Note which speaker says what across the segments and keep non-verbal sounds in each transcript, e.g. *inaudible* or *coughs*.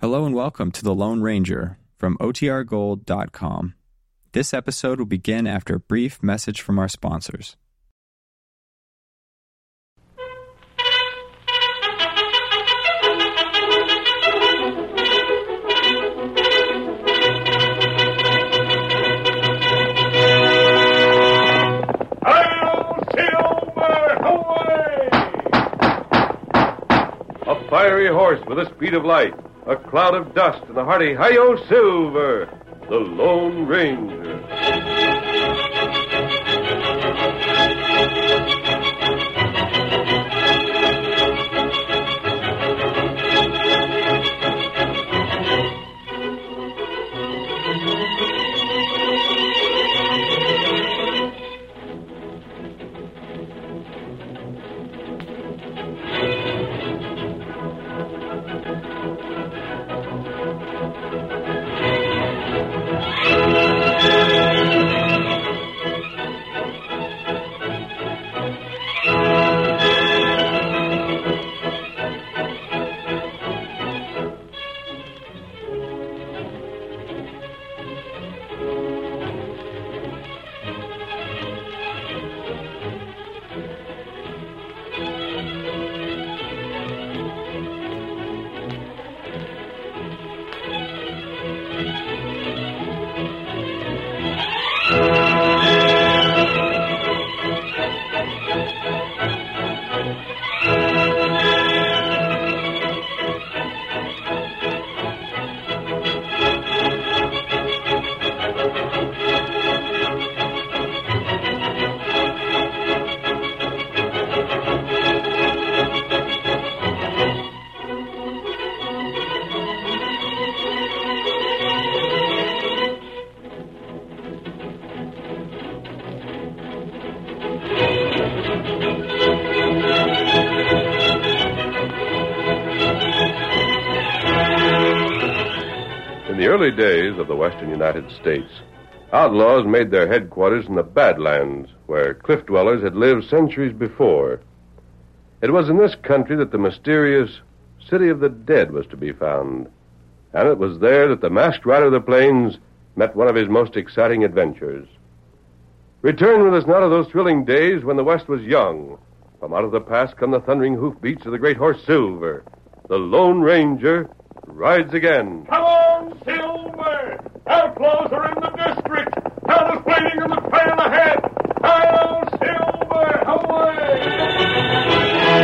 Speaker 1: Hello and welcome to The Lone Ranger from OTRGold.com. This episode will begin after a brief message from our sponsors.
Speaker 2: Hail Silver! Away! A fiery horse with the speed of light, a cloud of dust, and a hearty Hail Silver! The Lone Ranger. In the early days of the western United States, outlaws made their headquarters in the Badlands, where cliff dwellers had lived centuries before. It was in this country that the mysterious City of the Dead was to be found, and it was there that the masked rider of the plains met one of his most exciting adventures. Return with us now to those thrilling days when the West was young. From out of the past come the thundering hoofbeats of the great horse Silver. The Lone Ranger rides again.
Speaker 3: Come on, Silver! Outlaws are in the district! Hell is waiting in the trail ahead! Hail, Silver! Away!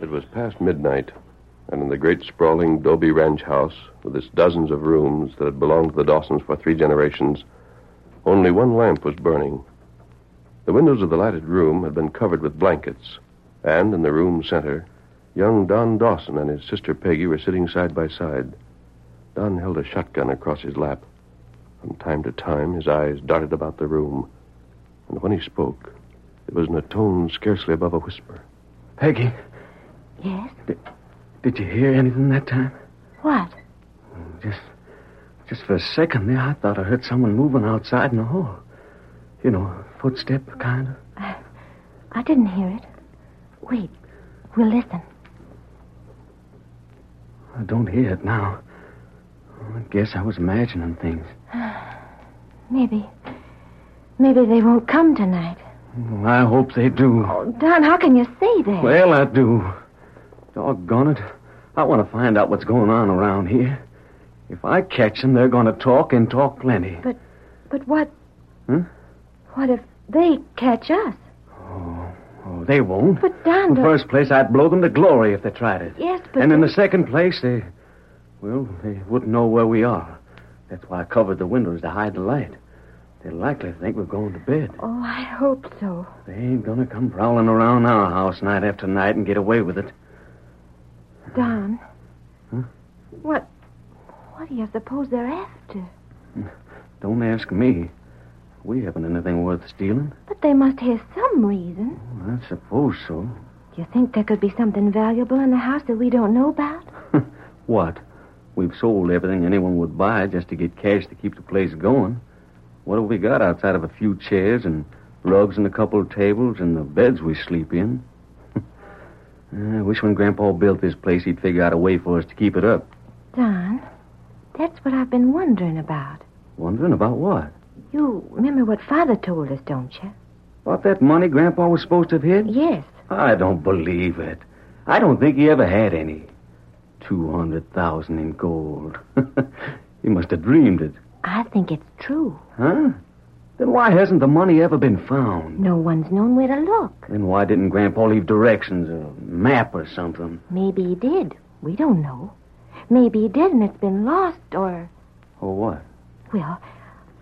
Speaker 2: It was past midnight, and in the great sprawling Doby ranch house, with its dozens of rooms that had belonged to the Dawsons for three generations, only one lamp was burning. The windows of the lighted room had been covered with blankets, and in the room center, young Don Dawson and his sister Peggy were sitting side by side. Don held a shotgun across his lap. From time to time, his eyes darted about the room, and when he spoke, it was in a tone scarcely above a whisper.
Speaker 4: Peggy,
Speaker 5: Yes?
Speaker 4: did you hear anything that time?
Speaker 5: What?
Speaker 4: Just, just for a second there, I thought I heard someone moving outside in the hall. You know, footstep kind of.
Speaker 5: I didn't hear it. Wait. We'll listen.
Speaker 4: I don't hear it now. I guess I was imagining things.
Speaker 5: Maybe. Maybe they won't come tonight. Oh,
Speaker 4: Well, I hope they do.
Speaker 5: Don, how can you say that?
Speaker 4: Well, I do. Doggone it. I want to find out what's going on around here. If I catch them, they're going to talk and talk plenty.
Speaker 5: But what?
Speaker 4: Hmm?
Speaker 5: What if they catch us?
Speaker 4: Oh, they won't.
Speaker 5: But
Speaker 4: In
Speaker 5: Don,
Speaker 4: the
Speaker 5: don't-
Speaker 4: first place, I'd blow them to glory if they tried it.
Speaker 5: yes, but
Speaker 4: and in
Speaker 5: they-
Speaker 4: the second place, they, well, they wouldn't know where we are. That's why I covered the windows to hide the light. They're likely to think we're going to bed.
Speaker 5: oh, I hope so.
Speaker 4: They ain't gonna come prowling around our house night after night and get away with it.
Speaker 5: Don.
Speaker 4: Hmm?
Speaker 5: What? What do you suppose they're after?
Speaker 4: Don't ask me. We haven't anything worth stealing.
Speaker 5: But they must have some reason.
Speaker 4: I suppose so.
Speaker 5: Do you think there could be something valuable in the house that we don't know about?
Speaker 4: What? We've sold everything anyone would buy just to get cash to keep the place going. What have we got outside of a few chairs and rugs and a couple of tables and the beds we sleep in? *laughs* I wish when Grandpa built this place he'd figure out a way for us to keep it up.
Speaker 5: Don, that's what I've been wondering about.
Speaker 4: Wondering about what?
Speaker 5: You remember what Father told us, don't you?
Speaker 4: About that money Grandpa was supposed to have hid?
Speaker 5: Yes.
Speaker 4: I don't believe it. I don't think he ever had any. Two hundred thousand in gold. *laughs* he must have dreamed it.
Speaker 5: I think it's true.
Speaker 4: Huh? Then why hasn't the money ever been found?
Speaker 5: No one's known where to look.
Speaker 4: Then why didn't Grandpa leave directions, a map or something?
Speaker 5: Maybe he did. We don't know. Maybe he did and it's been lost or.
Speaker 4: Or what?
Speaker 5: Well,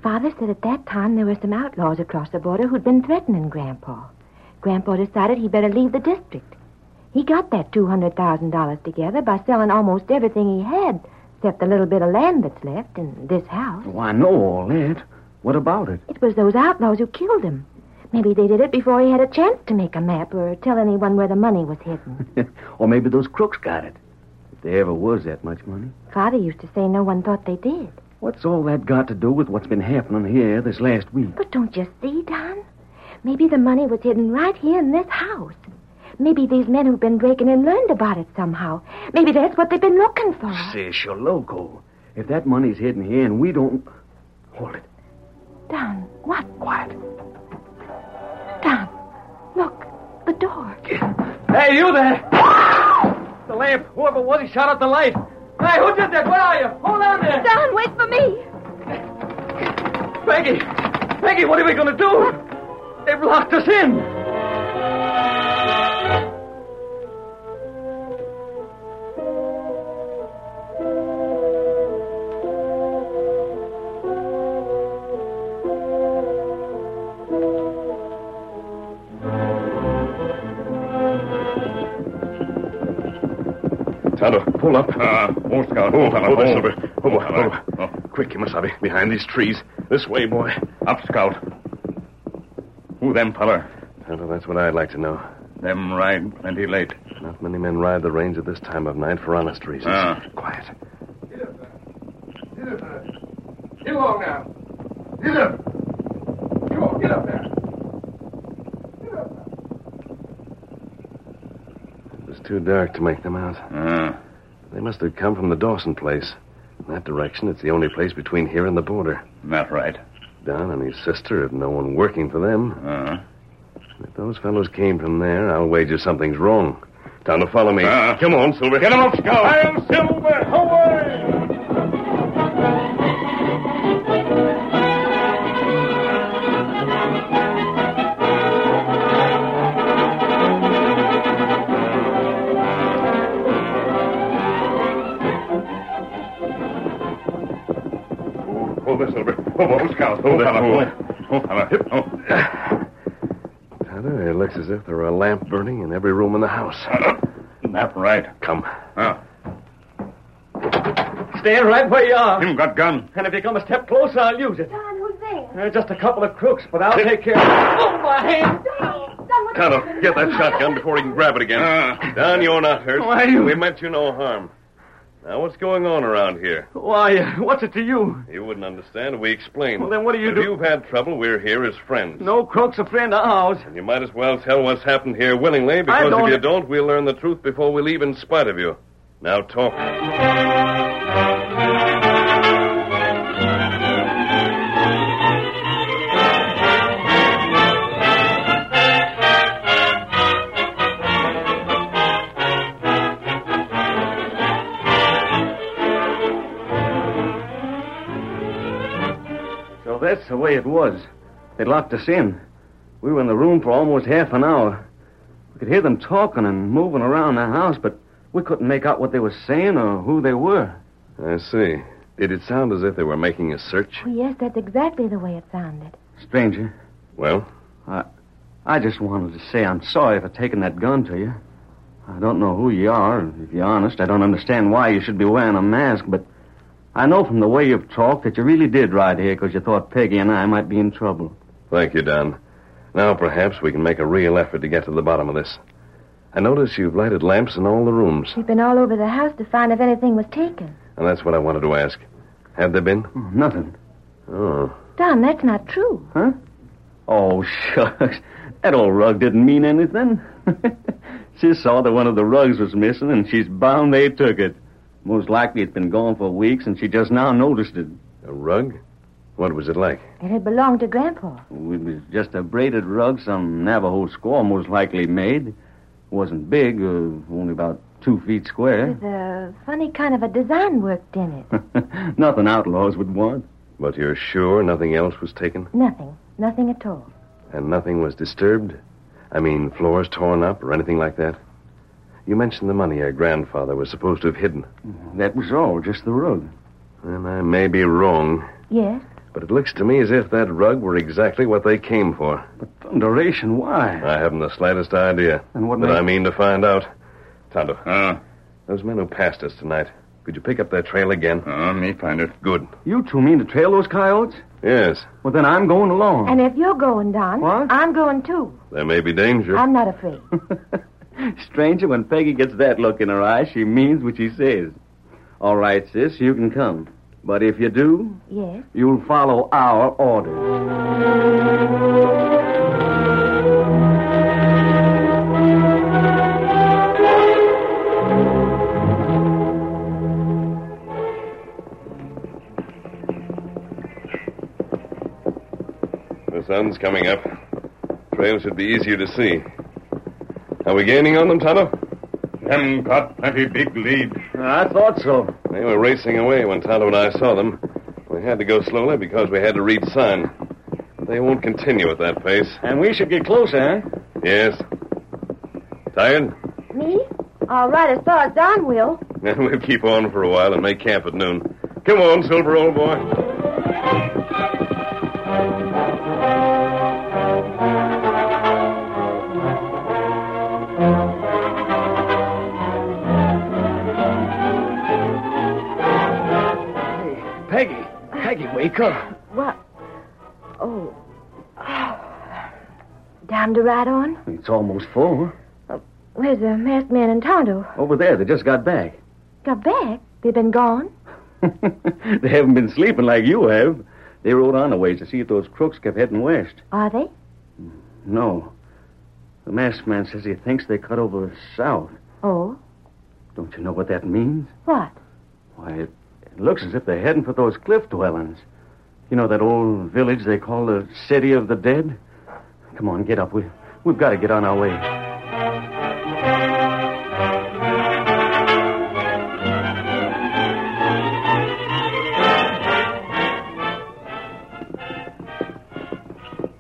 Speaker 5: Father said at that time there were some outlaws across the border who'd been threatening Grandpa. Grandpa decided he better leave the district. He got that $200,000 together by selling almost everything he had, except the little bit of land that's left and this house.
Speaker 4: Oh, I know all that. What about it? *laughs*
Speaker 5: It was those outlaws who killed him. Maybe they did it before he had a chance to make a map or tell anyone where the money was
Speaker 4: *laughs*
Speaker 5: hidden.
Speaker 4: or maybe those crooks got it. If there ever was that much money.
Speaker 5: Father used to say no one thought they did.
Speaker 4: What's all that got to do with what's been happening here this last week?
Speaker 5: But don't you see, Don? Maybe the money was hidden right here in this house. Maybe these men who've been breaking in learned about it somehow. Maybe that's what they've been looking for.
Speaker 4: Sis, you're loco. If that money's hidden here and we don't. Hold it.
Speaker 5: Don, what?
Speaker 4: Quiet.
Speaker 5: Don, look, the door.
Speaker 4: Hey, you there! *coughs* The lamp. Whoever was, he shot out the light. Hey, who did that? Where are you? Hold on there!
Speaker 5: Don, wait for me.
Speaker 4: Peggy! Peggy, what are we going to do? They've locked us in!
Speaker 2: Tonto, pull up. Ah, won't scout. Oh, fella,
Speaker 6: Oh,
Speaker 2: oh,
Speaker 6: Silver.
Speaker 2: Silver. Oh, oh, Quick, you must be behind these trees. This way, boy.
Speaker 6: Up, Scout. Who them feller?
Speaker 2: Tonto, that's what I'd like to know.
Speaker 6: Them ride plenty late.
Speaker 2: Not many men ride the range at this time of night for honest reasons.
Speaker 6: Ah.
Speaker 2: Quiet.
Speaker 3: Get along now. Get up. Come on, get up now.
Speaker 2: It was too dark to make them out. They must have come from the Dawson place. In that direction, it's the only place between here and the border.
Speaker 6: Not right.
Speaker 2: Don and his sister have no one working for them.
Speaker 4: Uh-huh.
Speaker 6: Uh,
Speaker 2: If those fellows came from there, I'll wager something's wrong. Tonto, follow me.
Speaker 4: Uh-huh.
Speaker 6: Ah.
Speaker 2: Come on, Silver. Get him up, Scout.
Speaker 3: I'll Silver, away!
Speaker 2: Hold this, Silver. Hold on, Scout. Hold that, hold that. Hold Tyler, it looks as if there were a lamp burning in every room in the house.
Speaker 6: not right.
Speaker 2: Come.
Speaker 6: Uh,
Speaker 4: Stay right where you are.
Speaker 6: him got gun.
Speaker 4: And if you come a step closer, I'll use it.
Speaker 5: Don, who's there?
Speaker 4: They're just a couple of crooks, but I'll take care of Oh, my hand!
Speaker 5: Don, Don, what's
Speaker 2: Tonto, get that shotgun before he can grab it again.
Speaker 7: Ah.
Speaker 2: Don, you're not hurt.
Speaker 4: Why, you-
Speaker 2: We meant you no harm. Now, what's going on around here?
Speaker 4: Why, uh, what's it to you?
Speaker 2: You wouldn't understand if we explained.
Speaker 4: Well, then what do you
Speaker 2: if
Speaker 4: do-
Speaker 2: you've had trouble, we're here as friends.
Speaker 4: No crook's a friend of ours.
Speaker 2: You might as well tell what's happened here willingly, because
Speaker 4: don't-
Speaker 2: if you don't, we'll learn the truth before we leave in spite of you. Now, talk.
Speaker 4: So that's the way it was. They locked us in. We were in the room for almost half an hour. We could hear them talking and moving around the house, but we couldn't make out what they were saying or who they were.
Speaker 2: I see. Did it sound as if they were making a search?
Speaker 5: Oh, yes, that's exactly the way it sounded.
Speaker 4: Stranger,
Speaker 2: Well,
Speaker 4: I just wanted to say I'm sorry for taking that gun to you. I don't know who you are, and if you're honest, I don't understand why you should be wearing a mask, but I know from the way you've talked that you really did ride here because you thought Peggy and I might be in trouble.
Speaker 2: thank you, Don. Now perhaps we can make a real effort to get to the bottom of this. I notice you've lighted lamps in all the rooms.
Speaker 5: We've been all over the house to find if anything was taken.
Speaker 2: And that's what I wanted to ask. Have they been?
Speaker 4: Nothing.
Speaker 2: Oh.
Speaker 5: Don, that's not true.
Speaker 4: Oh, shucks. That old rug didn't mean anything. *laughs* she saw that one of the rugs was missing, and she's bound they took it. Most likely it's been gone for weeks, and she just now noticed it.
Speaker 2: A rug? What was it like?
Speaker 5: It had belonged to Grandpa.
Speaker 4: It was just a braided rug some Navajo squaw most likely made. It wasn't big, uh, only about two feet square.
Speaker 5: *laughs* With a funny kind of a design worked in it.
Speaker 4: Nothing outlaws would want.
Speaker 2: But you're sure nothing else was taken?
Speaker 5: Nothing. Nothing at all.
Speaker 2: And nothing was disturbed? I mean, floors torn up or anything like that? You mentioned the money your grandfather was supposed to have hidden.
Speaker 4: That was all, just the rug.
Speaker 2: And I may be wrong,
Speaker 5: Yes?
Speaker 2: but it looks to me as if that rug were exactly what they came for.
Speaker 4: Thunderation, why?
Speaker 2: I haven't the slightest idea.
Speaker 4: And what
Speaker 2: But
Speaker 4: made-
Speaker 2: I mean to find out. Tonto,
Speaker 7: Uh,
Speaker 2: those men who passed us tonight, could you pick up their trail again?
Speaker 7: uh, me find it.
Speaker 2: Good.
Speaker 4: You two mean to trail those coyotes?
Speaker 2: Yes,
Speaker 4: Well, then I'm going along.
Speaker 5: And if you're going, Don,
Speaker 4: What?
Speaker 5: I'm going too.
Speaker 2: there may be danger.
Speaker 4: Ah.
Speaker 5: I'm not afraid.
Speaker 4: *laughs* Stranger, when Peggy gets that look in her eye, she means what she says. All right, sis, you can come. But if you do,
Speaker 5: yes?
Speaker 4: you'll follow our orders.
Speaker 2: The sun's coming up. Trail should be easier to see. Are we gaining on them, Tonto?
Speaker 7: Them got plenty big lead.
Speaker 4: I thought so.
Speaker 2: They were racing away when Tonto and I saw them. We had to go slowly because we had to read sign. But they won't continue at that pace.
Speaker 4: And we should get closer, huh?
Speaker 2: Yes. Tired? *laughs*
Speaker 5: Me? All right, as far as Don will.
Speaker 2: we'll keep on for a while and make camp at noon. Come on, Silver, old boy.
Speaker 4: Peggy, Peggy, wake up.
Speaker 5: What? Oh. *sighs* Time to ride on?
Speaker 4: It's almost four.
Speaker 5: Where's the masked man and Tonto?
Speaker 4: Over there, they just got back. *laughs*
Speaker 5: Got back? They've been gone?
Speaker 4: they haven't been sleeping like you have. They rode on a ways to see if those crooks kept heading west.
Speaker 5: Are they?
Speaker 4: No. The masked man says he thinks they cut over south.
Speaker 5: Oh.
Speaker 4: Don't you know what that means?
Speaker 5: What?
Speaker 4: Why, it, it looks as if they're heading for those cliff dwellings. You know that old village they call the City of the Dead? Come on, get up. We, we've got to get on our way.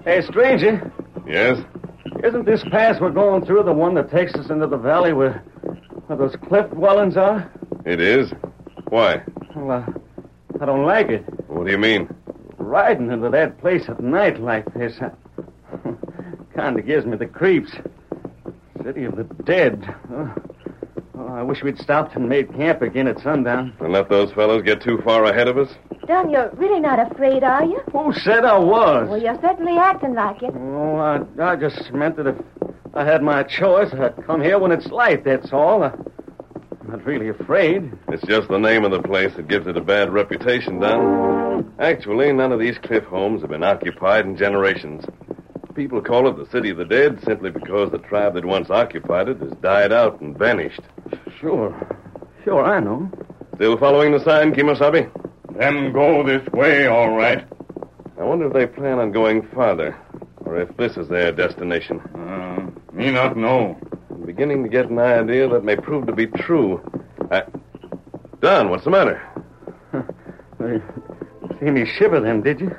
Speaker 4: Hey, stranger,
Speaker 2: Yes?
Speaker 4: isn't this pass we're going through the one that takes us into the valley where, where those cliff dwellings are?
Speaker 2: It is. Why?
Speaker 4: Well, uh, I don't like it.
Speaker 2: What do you mean?
Speaker 4: Riding into that place at night like this, huh? *laughs* kind of gives me the creeps. City of the dead. Oh, oh, I wish we'd stopped and made camp again at sundown.
Speaker 2: And let those fellows get too far ahead of us?
Speaker 5: Don, you're really not afraid, are you?
Speaker 4: Who said I was?
Speaker 5: Well, you're certainly acting like it.
Speaker 4: Oh, I, I just meant that if I had my choice, I'd come here when it's light, that's all. I, am not really afraid.
Speaker 2: It's just the name of the place that gives it a bad reputation, Don. Actually, none of these cliff homes have been occupied in generations. People call it the City of the Dead simply because the tribe that once occupied it has died out and vanished.
Speaker 4: Sure. Sure, I know.
Speaker 2: Still following the sign, Kimosabe?
Speaker 7: Them go this way, all right.
Speaker 2: I wonder if they plan on going farther, or if this is their destination.
Speaker 7: Uh, me not know.
Speaker 2: I'm beginning to get an idea that may prove to be true. I... Don, what's the matter?
Speaker 4: You see me shiver then, did you?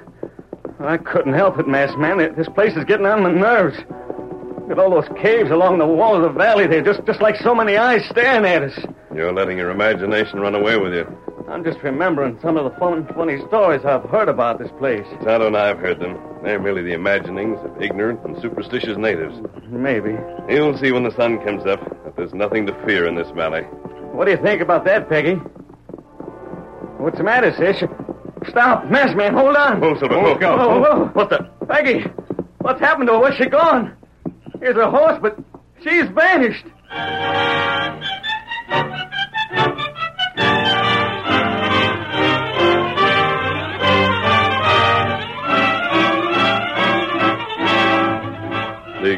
Speaker 4: I couldn't help it, masked man. It- This place is getting on my nerves. Look at all those caves along the wall of the valley there, just, just like so many eyes staring at us.
Speaker 2: You're letting your imagination run away with you.
Speaker 4: I'm just remembering some of the fun, funny stories I've heard about this place.
Speaker 2: Tonto and I have heard them. They're merely the imaginings of ignorant and superstitious natives.
Speaker 4: Maybe.
Speaker 2: You'll see when the sun comes up that there's nothing to fear in this valley.
Speaker 4: What do you think about that, Peggy? What's the matter, Sish? Stop, masked man, hold on.
Speaker 2: Whoa, Silver,
Speaker 8: Oh,
Speaker 2: whoa.
Speaker 4: Whoa, whoa. What the? Peggy, what's happened to her? Where's she gone? Here's her horse, but she's vanished.
Speaker 8: the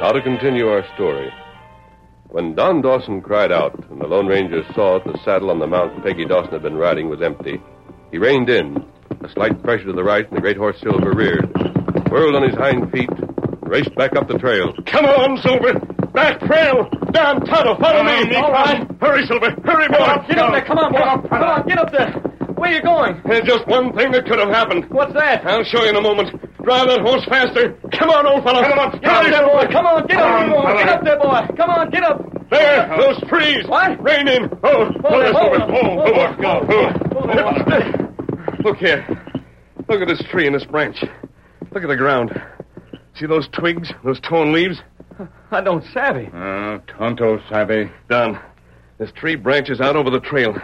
Speaker 8: Now to continue our story. When Don Dawson cried out and the Lone Ranger saw that the saddle on the mount Peggy Dawson had been riding was empty, he reined in. A slight pressure to the right, and the great horse Silver reared, whirled on his hind feet, and raced back up the trail.
Speaker 9: Come on, Silver. Back trail. Down tunnel. Follow me.
Speaker 7: All right.
Speaker 9: Hurry, Silver. Hurry, boy.
Speaker 4: Get up there. Come on, boy. Come on, get up there. Where you going?
Speaker 9: There's just one thing that could have happened.
Speaker 4: What's that?
Speaker 9: I'll show you in a moment. Drive that horse faster. Come on, old fellow. Come on.
Speaker 4: Get up there, boy. Come on, get up,
Speaker 7: Come on,
Speaker 4: boy. Get up there, boy. Come on, get up.
Speaker 9: There, those trees.
Speaker 4: What?
Speaker 9: Rain in. Oh,
Speaker 4: Hold it, hold it, hold it,
Speaker 9: oh,
Speaker 4: hold
Speaker 2: Look here. Look at this tree and this branch. Look at the ground. See those twigs, those torn leaves?
Speaker 4: I don't savvy.
Speaker 7: Ah, tonto savvy.
Speaker 2: Don, this tree branches out over the trail.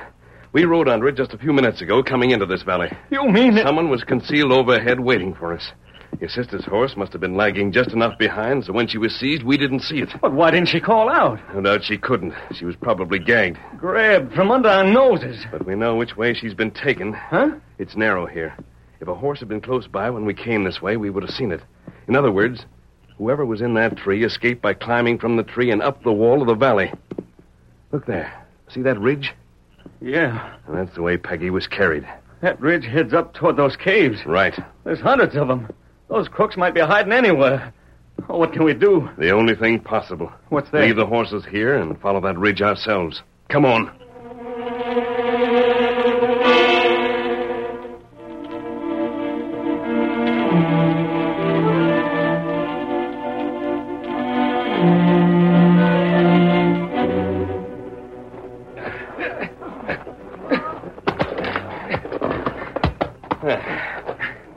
Speaker 2: We rode under it just a few minutes ago coming into this valley.
Speaker 4: You mean it?
Speaker 2: Someone was concealed overhead waiting for us. Your sister's horse must have been lagging just enough behind, so when she was seized, we didn't see it.
Speaker 4: But why didn't she call out?
Speaker 2: No doubt she couldn't. She was probably gagged.
Speaker 4: Grabbed from under our noses.
Speaker 2: But we know which way she's been taken.
Speaker 4: Huh?
Speaker 2: It's narrow here. If a horse had been close by when we came this way, we would have seen it. In other words, whoever was in that tree escaped by climbing from the tree and up the wall of the valley. Look there. See that ridge?
Speaker 4: Yeah.
Speaker 2: And that's the way Peggy was carried.
Speaker 4: That ridge heads up toward those caves.
Speaker 2: Right.
Speaker 4: There's hundreds of them. Those crooks might be hiding anywhere. Oh, what can we do?
Speaker 2: The only thing possible.
Speaker 4: What's that?
Speaker 2: Leave the horses here and follow that ridge ourselves. Come on.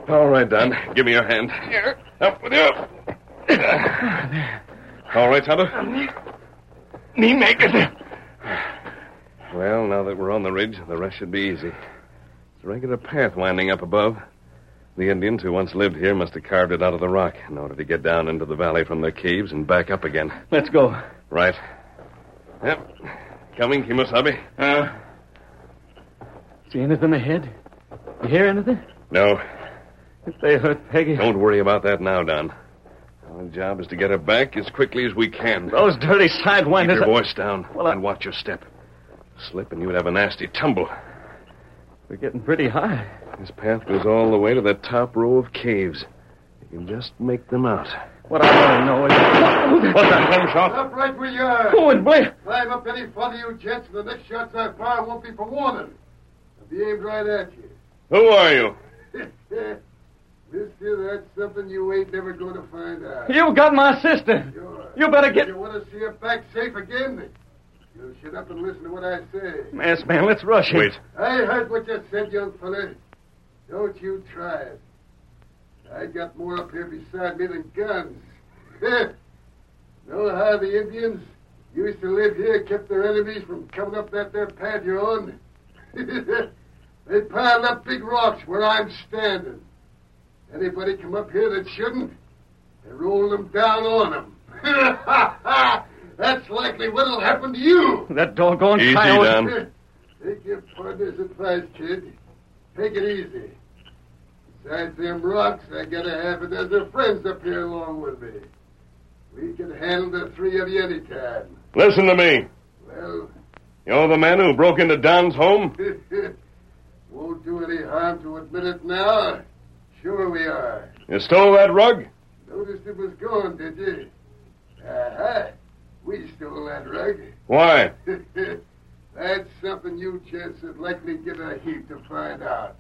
Speaker 2: All right, Don. Give me your hand. Here. Up with you. All right, Tonto?
Speaker 7: Me make it.
Speaker 2: Well, now that we're on the ridge, the rest should be easy. It's a regular path winding up above. The Indians who once lived here must have carved it out of the rock in order to get down into the valley from their caves and back up again.
Speaker 4: Let's go.
Speaker 2: Right. Yep. Coming, Kimosabe?
Speaker 7: Uh,
Speaker 4: See anything ahead? You hear anything?
Speaker 2: No.
Speaker 4: If they hurt Peggy.
Speaker 2: Don't worry about that now, Don. Our job is to get her back as quickly as we can.
Speaker 4: Those dirty
Speaker 2: Keep
Speaker 4: sidewinders.
Speaker 2: your voice down
Speaker 4: Well, I-
Speaker 2: and watch your step. Slip and you would have a nasty tumble.
Speaker 4: We're getting pretty high.
Speaker 2: This path goes all the way to that top row of caves. You can just make them out.
Speaker 4: What I want to know is.
Speaker 7: what's that gunshot?
Speaker 10: Up right where you are.
Speaker 4: Oh, and Blair.
Speaker 10: Climb up any further you gents, and the next shots I fire won't be for warning. I'll be aimed right at you. *laughs*
Speaker 2: Who are you?
Speaker 10: Mister, that's something you ain't never going to find out.
Speaker 4: You got my sister.
Speaker 10: Sure.
Speaker 4: You better get.
Speaker 10: If you want to see her back safe again, you'll shut up and listen to what I say.
Speaker 4: Masked man, let's rush him.
Speaker 2: Wait.
Speaker 10: I heard what you said, young fella. Don't you try it. I got more up here beside me than guns. *laughs* know how the Indians used to live here, kept their enemies from coming up that there pad you're on? *laughs* they piled up big rocks where I'm standing. Anybody come up here that shouldn't, they roll them down on them. *laughs* That's likely what'll happen to you.
Speaker 4: That doggone
Speaker 2: Easy,
Speaker 4: coyote.
Speaker 2: Don.
Speaker 10: Take your partner's advice, kid. Take it easy. Besides them rocks, I got a half a dozen friends up here along with me. We can handle the three of you anytime.
Speaker 2: Listen to me.
Speaker 10: Well, *laughs*
Speaker 2: You're the man who broke into Don's home?
Speaker 10: Won't do any harm to admit it now. Sure we are.
Speaker 2: You stole that rug?
Speaker 10: Noticed it was gone, did you? Uh-huh. We stole that rug.
Speaker 2: Why?
Speaker 10: *laughs* That's something you gents would likely give a heap to find out.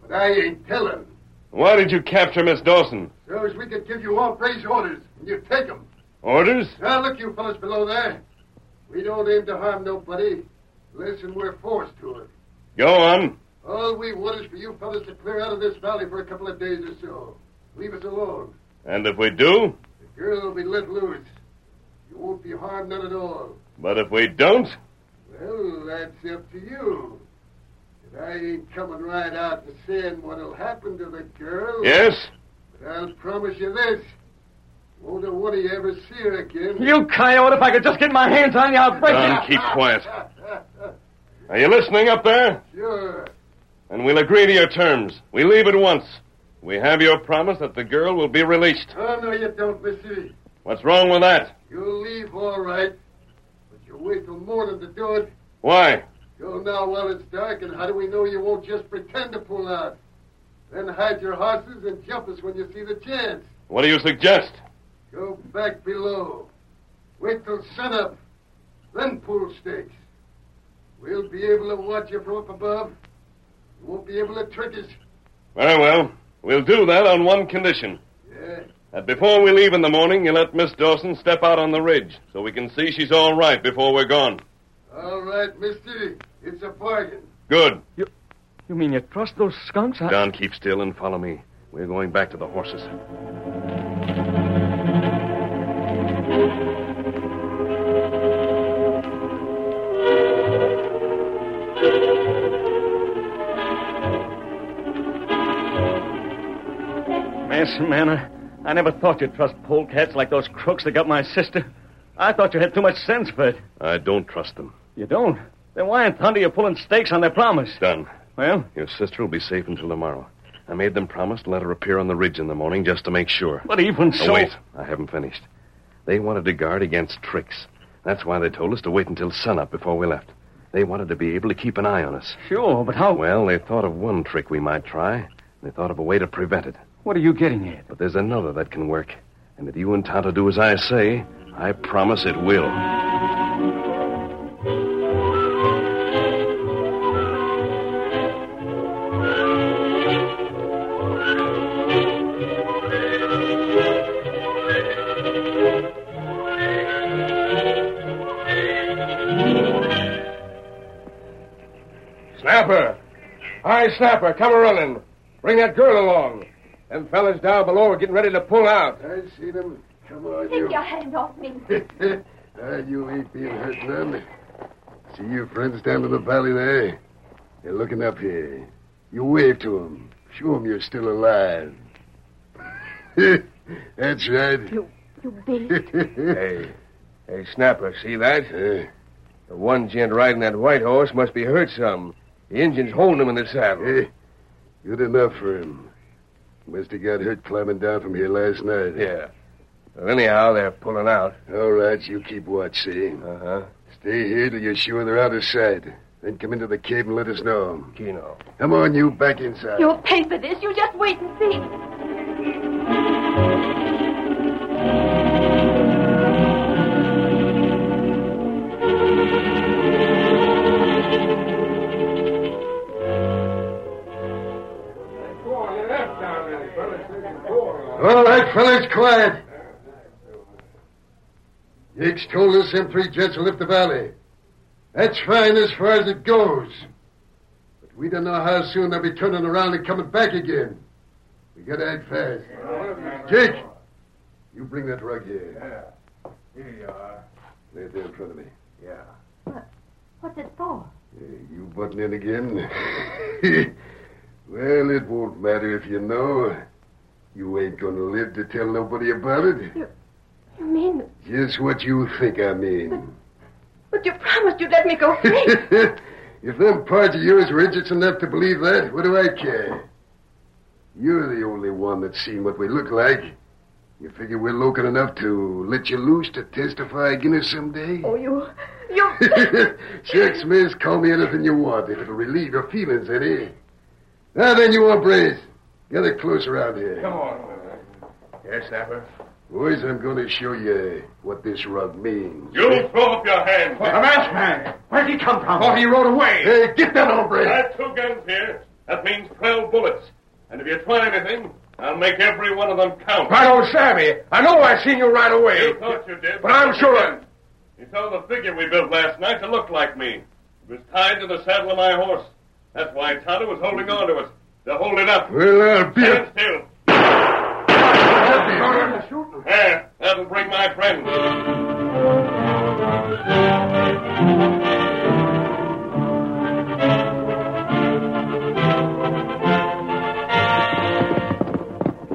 Speaker 10: But I ain't telling,
Speaker 2: Why did you capture Miss Dawson?
Speaker 10: so as we could give you all raise orders, and you take 'em.
Speaker 2: Orders?
Speaker 10: Now, look, you fellas below there. We don't aim to harm nobody unless and we're forced to it.
Speaker 2: Go on.
Speaker 10: All we want is for you fellas to clear out of this valley for a couple of days or so. Leave us alone.
Speaker 2: And if we do?
Speaker 10: The girl will be let loose. You won't be harmed none at all.
Speaker 2: But if we don't?
Speaker 10: Well, that's up to you. And I ain't coming right out and saying what'll happen to the girl.
Speaker 2: Yes?
Speaker 10: But I'll promise you this. Won't a one of you ever see her again.
Speaker 11: You coyote, if I could just get my hands on you, I'll break
Speaker 2: Don,
Speaker 11: you.
Speaker 2: keep quiet. Are you listening up there?
Speaker 10: Sure.
Speaker 2: And we'll agree to your terms. We leave at once. We have your promise that the girl will be released.
Speaker 10: Oh, no, you don't, Missy.
Speaker 2: What's wrong with that?
Speaker 10: You'll leave all right, but you'll wait till morning to do it.
Speaker 2: Why?
Speaker 10: You'll know while it's dark, and how do we know you won't just pretend to pull out? Then hide your horses and jump us when you see the chance.
Speaker 2: What do you suggest?
Speaker 10: Go back below. Wait till sunup, then pull stakes. We'll be able to watch you from up above. You won't be able to trick us.
Speaker 2: Very well. We'll do that on one condition.
Speaker 10: Yeah,
Speaker 2: That before we leave in the morning, you let Miss Dawson step out on the ridge so we can see she's all right before we're gone.
Speaker 10: all right, mister. It's a bargain.
Speaker 2: Good.
Speaker 11: You mean you trust those skunks? I...
Speaker 2: Don, keep still and follow me. We're going back to the horses.
Speaker 11: Mason, man, I, I never thought you'd trust polecats like those crooks that got my sister. I thought you had too much sense for it.
Speaker 2: I don't trust them.
Speaker 11: You don't? Then why in thunder are you pulling stakes on their promise?
Speaker 2: Don,
Speaker 11: Well,
Speaker 2: your sister will be safe until tomorrow. I made them promise to let her appear on the ridge in the morning just to make sure.
Speaker 11: but even so...
Speaker 2: Oh, wait. I haven't finished. They wanted to guard against tricks. That's why they told us to wait until sunup before we left. They wanted to be able to keep an eye on us.
Speaker 11: Sure, but how...
Speaker 2: Well, they thought of one trick we might try. They thought of a way to prevent it.
Speaker 11: What are you getting at?
Speaker 2: But there's another that can work. And if you and Tonto do as I say, I promise it will.
Speaker 6: Snapper! Hi, Snapper, come running. Bring that girl along. Them fellas down below are getting ready to pull out.
Speaker 10: I seen him. Come on,
Speaker 5: Take
Speaker 10: you.
Speaker 5: your hand off me.
Speaker 10: *laughs* Ah, you ain't being hurt none. See your friends down in the valley there? They're looking up here. You wave to 'em. Show 'em you're still alive. *laughs* That's right.
Speaker 5: You beast.
Speaker 6: *laughs* Hey, hey, Snapper, see that?
Speaker 10: Eh,
Speaker 6: The one gent riding that white horse must be hurt some. The Indian's holding him in the saddle.
Speaker 10: eh, good enough for him. Must have got hurt climbing down from here last night.
Speaker 6: Yeah. Well, anyhow, they're pulling out.
Speaker 10: All right, you keep watch, see?
Speaker 6: Uh huh.
Speaker 10: Stay here till you're sure they're out of sight. Then come into the cave and let us know.
Speaker 6: Kino.
Speaker 10: Come on, you back inside.
Speaker 5: You'll pay for this. You just wait and see.
Speaker 10: All right, fellas, quiet. Hicks told us them three jets will lift the valley. That's fine as far as it goes. But we don't know how soon they'll be turning around and coming back again. We gotta act fast. Jake, you bring that rug here.
Speaker 7: Here you are.
Speaker 10: Lay it there in front of me.
Speaker 7: Yeah.
Speaker 5: What's it for?
Speaker 10: Hey, you button in again? *laughs* well, it won't matter if you know. You ain't gonna live to tell nobody about it.
Speaker 5: You mean,
Speaker 10: Just what you think I mean.
Speaker 12: *laughs*
Speaker 5: but you promised you'd let me go free.
Speaker 10: if them parts of yours were idiots enough to believe that, what do I care? You're the only one that's seen what we look like. You figure we're looking enough to let you loose to testify against us someday?
Speaker 12: Oh, you. You.
Speaker 10: *laughs* Shucks, miss, call me anything you want if it'll relieve your feelings any. Now then, you hombres, gather close around here.
Speaker 7: Come on. Yes, Snapper.
Speaker 10: Boys, I'm going to show you what this rug means.
Speaker 7: You throw up your hands.
Speaker 10: What? The masked man.
Speaker 7: Where'd he come from?
Speaker 10: Oh, he rode away. Hey, get that hombre.
Speaker 7: I have two guns here. That means 12 bullets. And if you try anything, I'll make every one of them count.
Speaker 13: I don't savvy. I know I seen you right away.
Speaker 7: You thought you did.
Speaker 13: But I'm sure.
Speaker 7: You saw the figure we built last night to look like me. It was tied to the saddle of my horse. That's why Tonto was holding on to us. To hold it up.
Speaker 10: Well, I'll be
Speaker 7: Stand still. There. That'll bring my friend.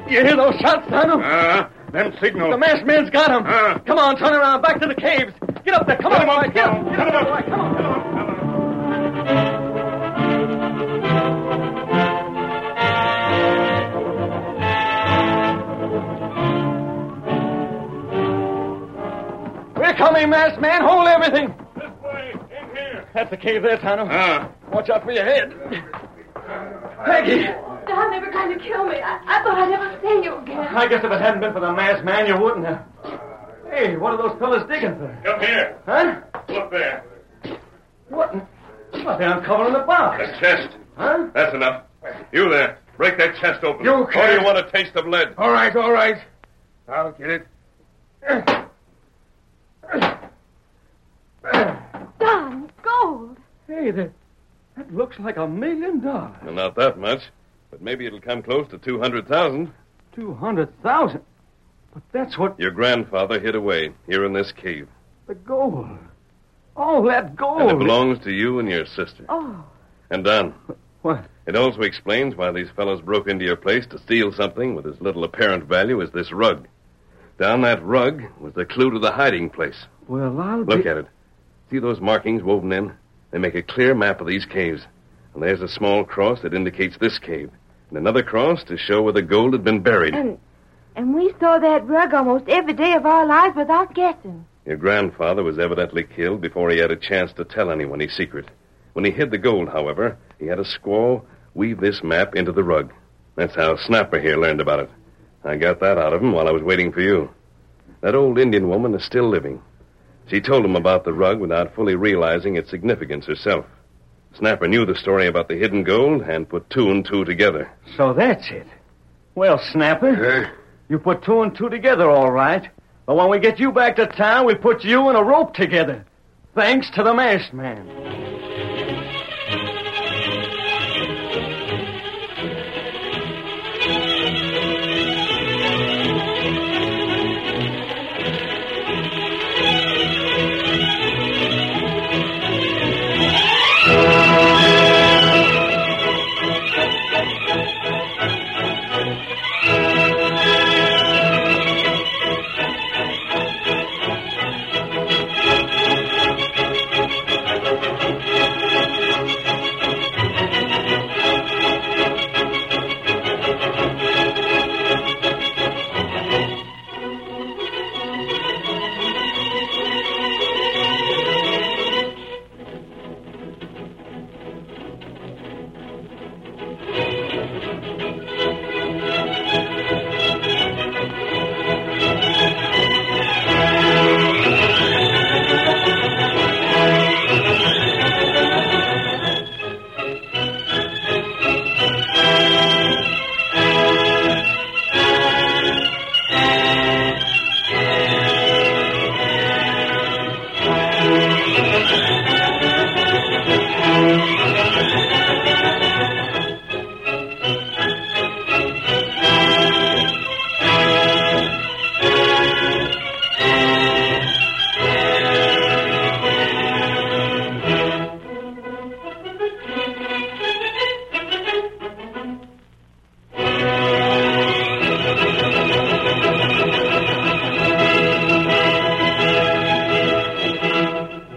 Speaker 4: You hear those shots, Tonto?
Speaker 13: Uh, them signals.
Speaker 4: The masked man's got him.
Speaker 13: Uh.
Speaker 4: Come on, turn around. Back to the caves. Get up there. Come on, boy. Get up. Get up, there, boy. Come on. We're coming, masked man. Hold everything.
Speaker 7: This way. In here.
Speaker 4: That's the cave there, Tonto.
Speaker 13: Uh,
Speaker 4: Watch out for your head. Peggy!
Speaker 12: Don, they were trying to kill me. I, I thought I'd never see you again.
Speaker 4: I guess if it hadn't been for the masked man, you wouldn't have. Hey, what are those fellas digging for?
Speaker 7: Come here.
Speaker 4: Huh?
Speaker 7: Look there.
Speaker 4: What? in- Well, they're uncovering the box.
Speaker 7: The chest.
Speaker 4: Huh?
Speaker 7: That's enough. You there. Break that chest open.
Speaker 13: You
Speaker 7: Or
Speaker 13: can't.
Speaker 7: you want a taste of lead?
Speaker 13: all right, all right. I'll get it.
Speaker 12: Don, gold.
Speaker 4: Hey, that, that looks like a million dollars.
Speaker 2: Well, not that much, but maybe it'll come close to 200,000.
Speaker 4: 200,000. But that's what
Speaker 2: Your grandfather hid away here in this cave.
Speaker 4: the gold. All that gold.
Speaker 2: And it belongs to you and your sister.
Speaker 12: Oh,
Speaker 2: And Don,
Speaker 4: What?
Speaker 2: it also explains why these fellows broke into your place to steal something with as little apparent value as this rug. Down that rug was the clue to the hiding place.
Speaker 4: Well, I'll
Speaker 2: Look
Speaker 4: be...
Speaker 2: at it. See those markings woven in? They make a clear map of these caves. And there's a small cross that indicates this cave, and another cross to show where the gold had been buried.
Speaker 5: And and we saw that rug almost every day of our lives without guessing.
Speaker 2: Your grandfather was evidently killed before he had a chance to tell anyone his secret. When he hid the gold, however, he had a squaw weave this map into the rug. That's how Snapper here learned about it. I got that out of him while I was waiting for you. That old Indian woman is still living. She told him about the rug without fully realizing its significance herself. Snapper knew the story about the hidden gold and put two and two together.
Speaker 4: So that's it. Well, Snapper,
Speaker 10: Hey,
Speaker 4: you put two and two together, all right. But when we get you back to town, we put you and a rope together. Thanks to the masked man.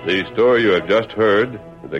Speaker 14: The story you have just heard is a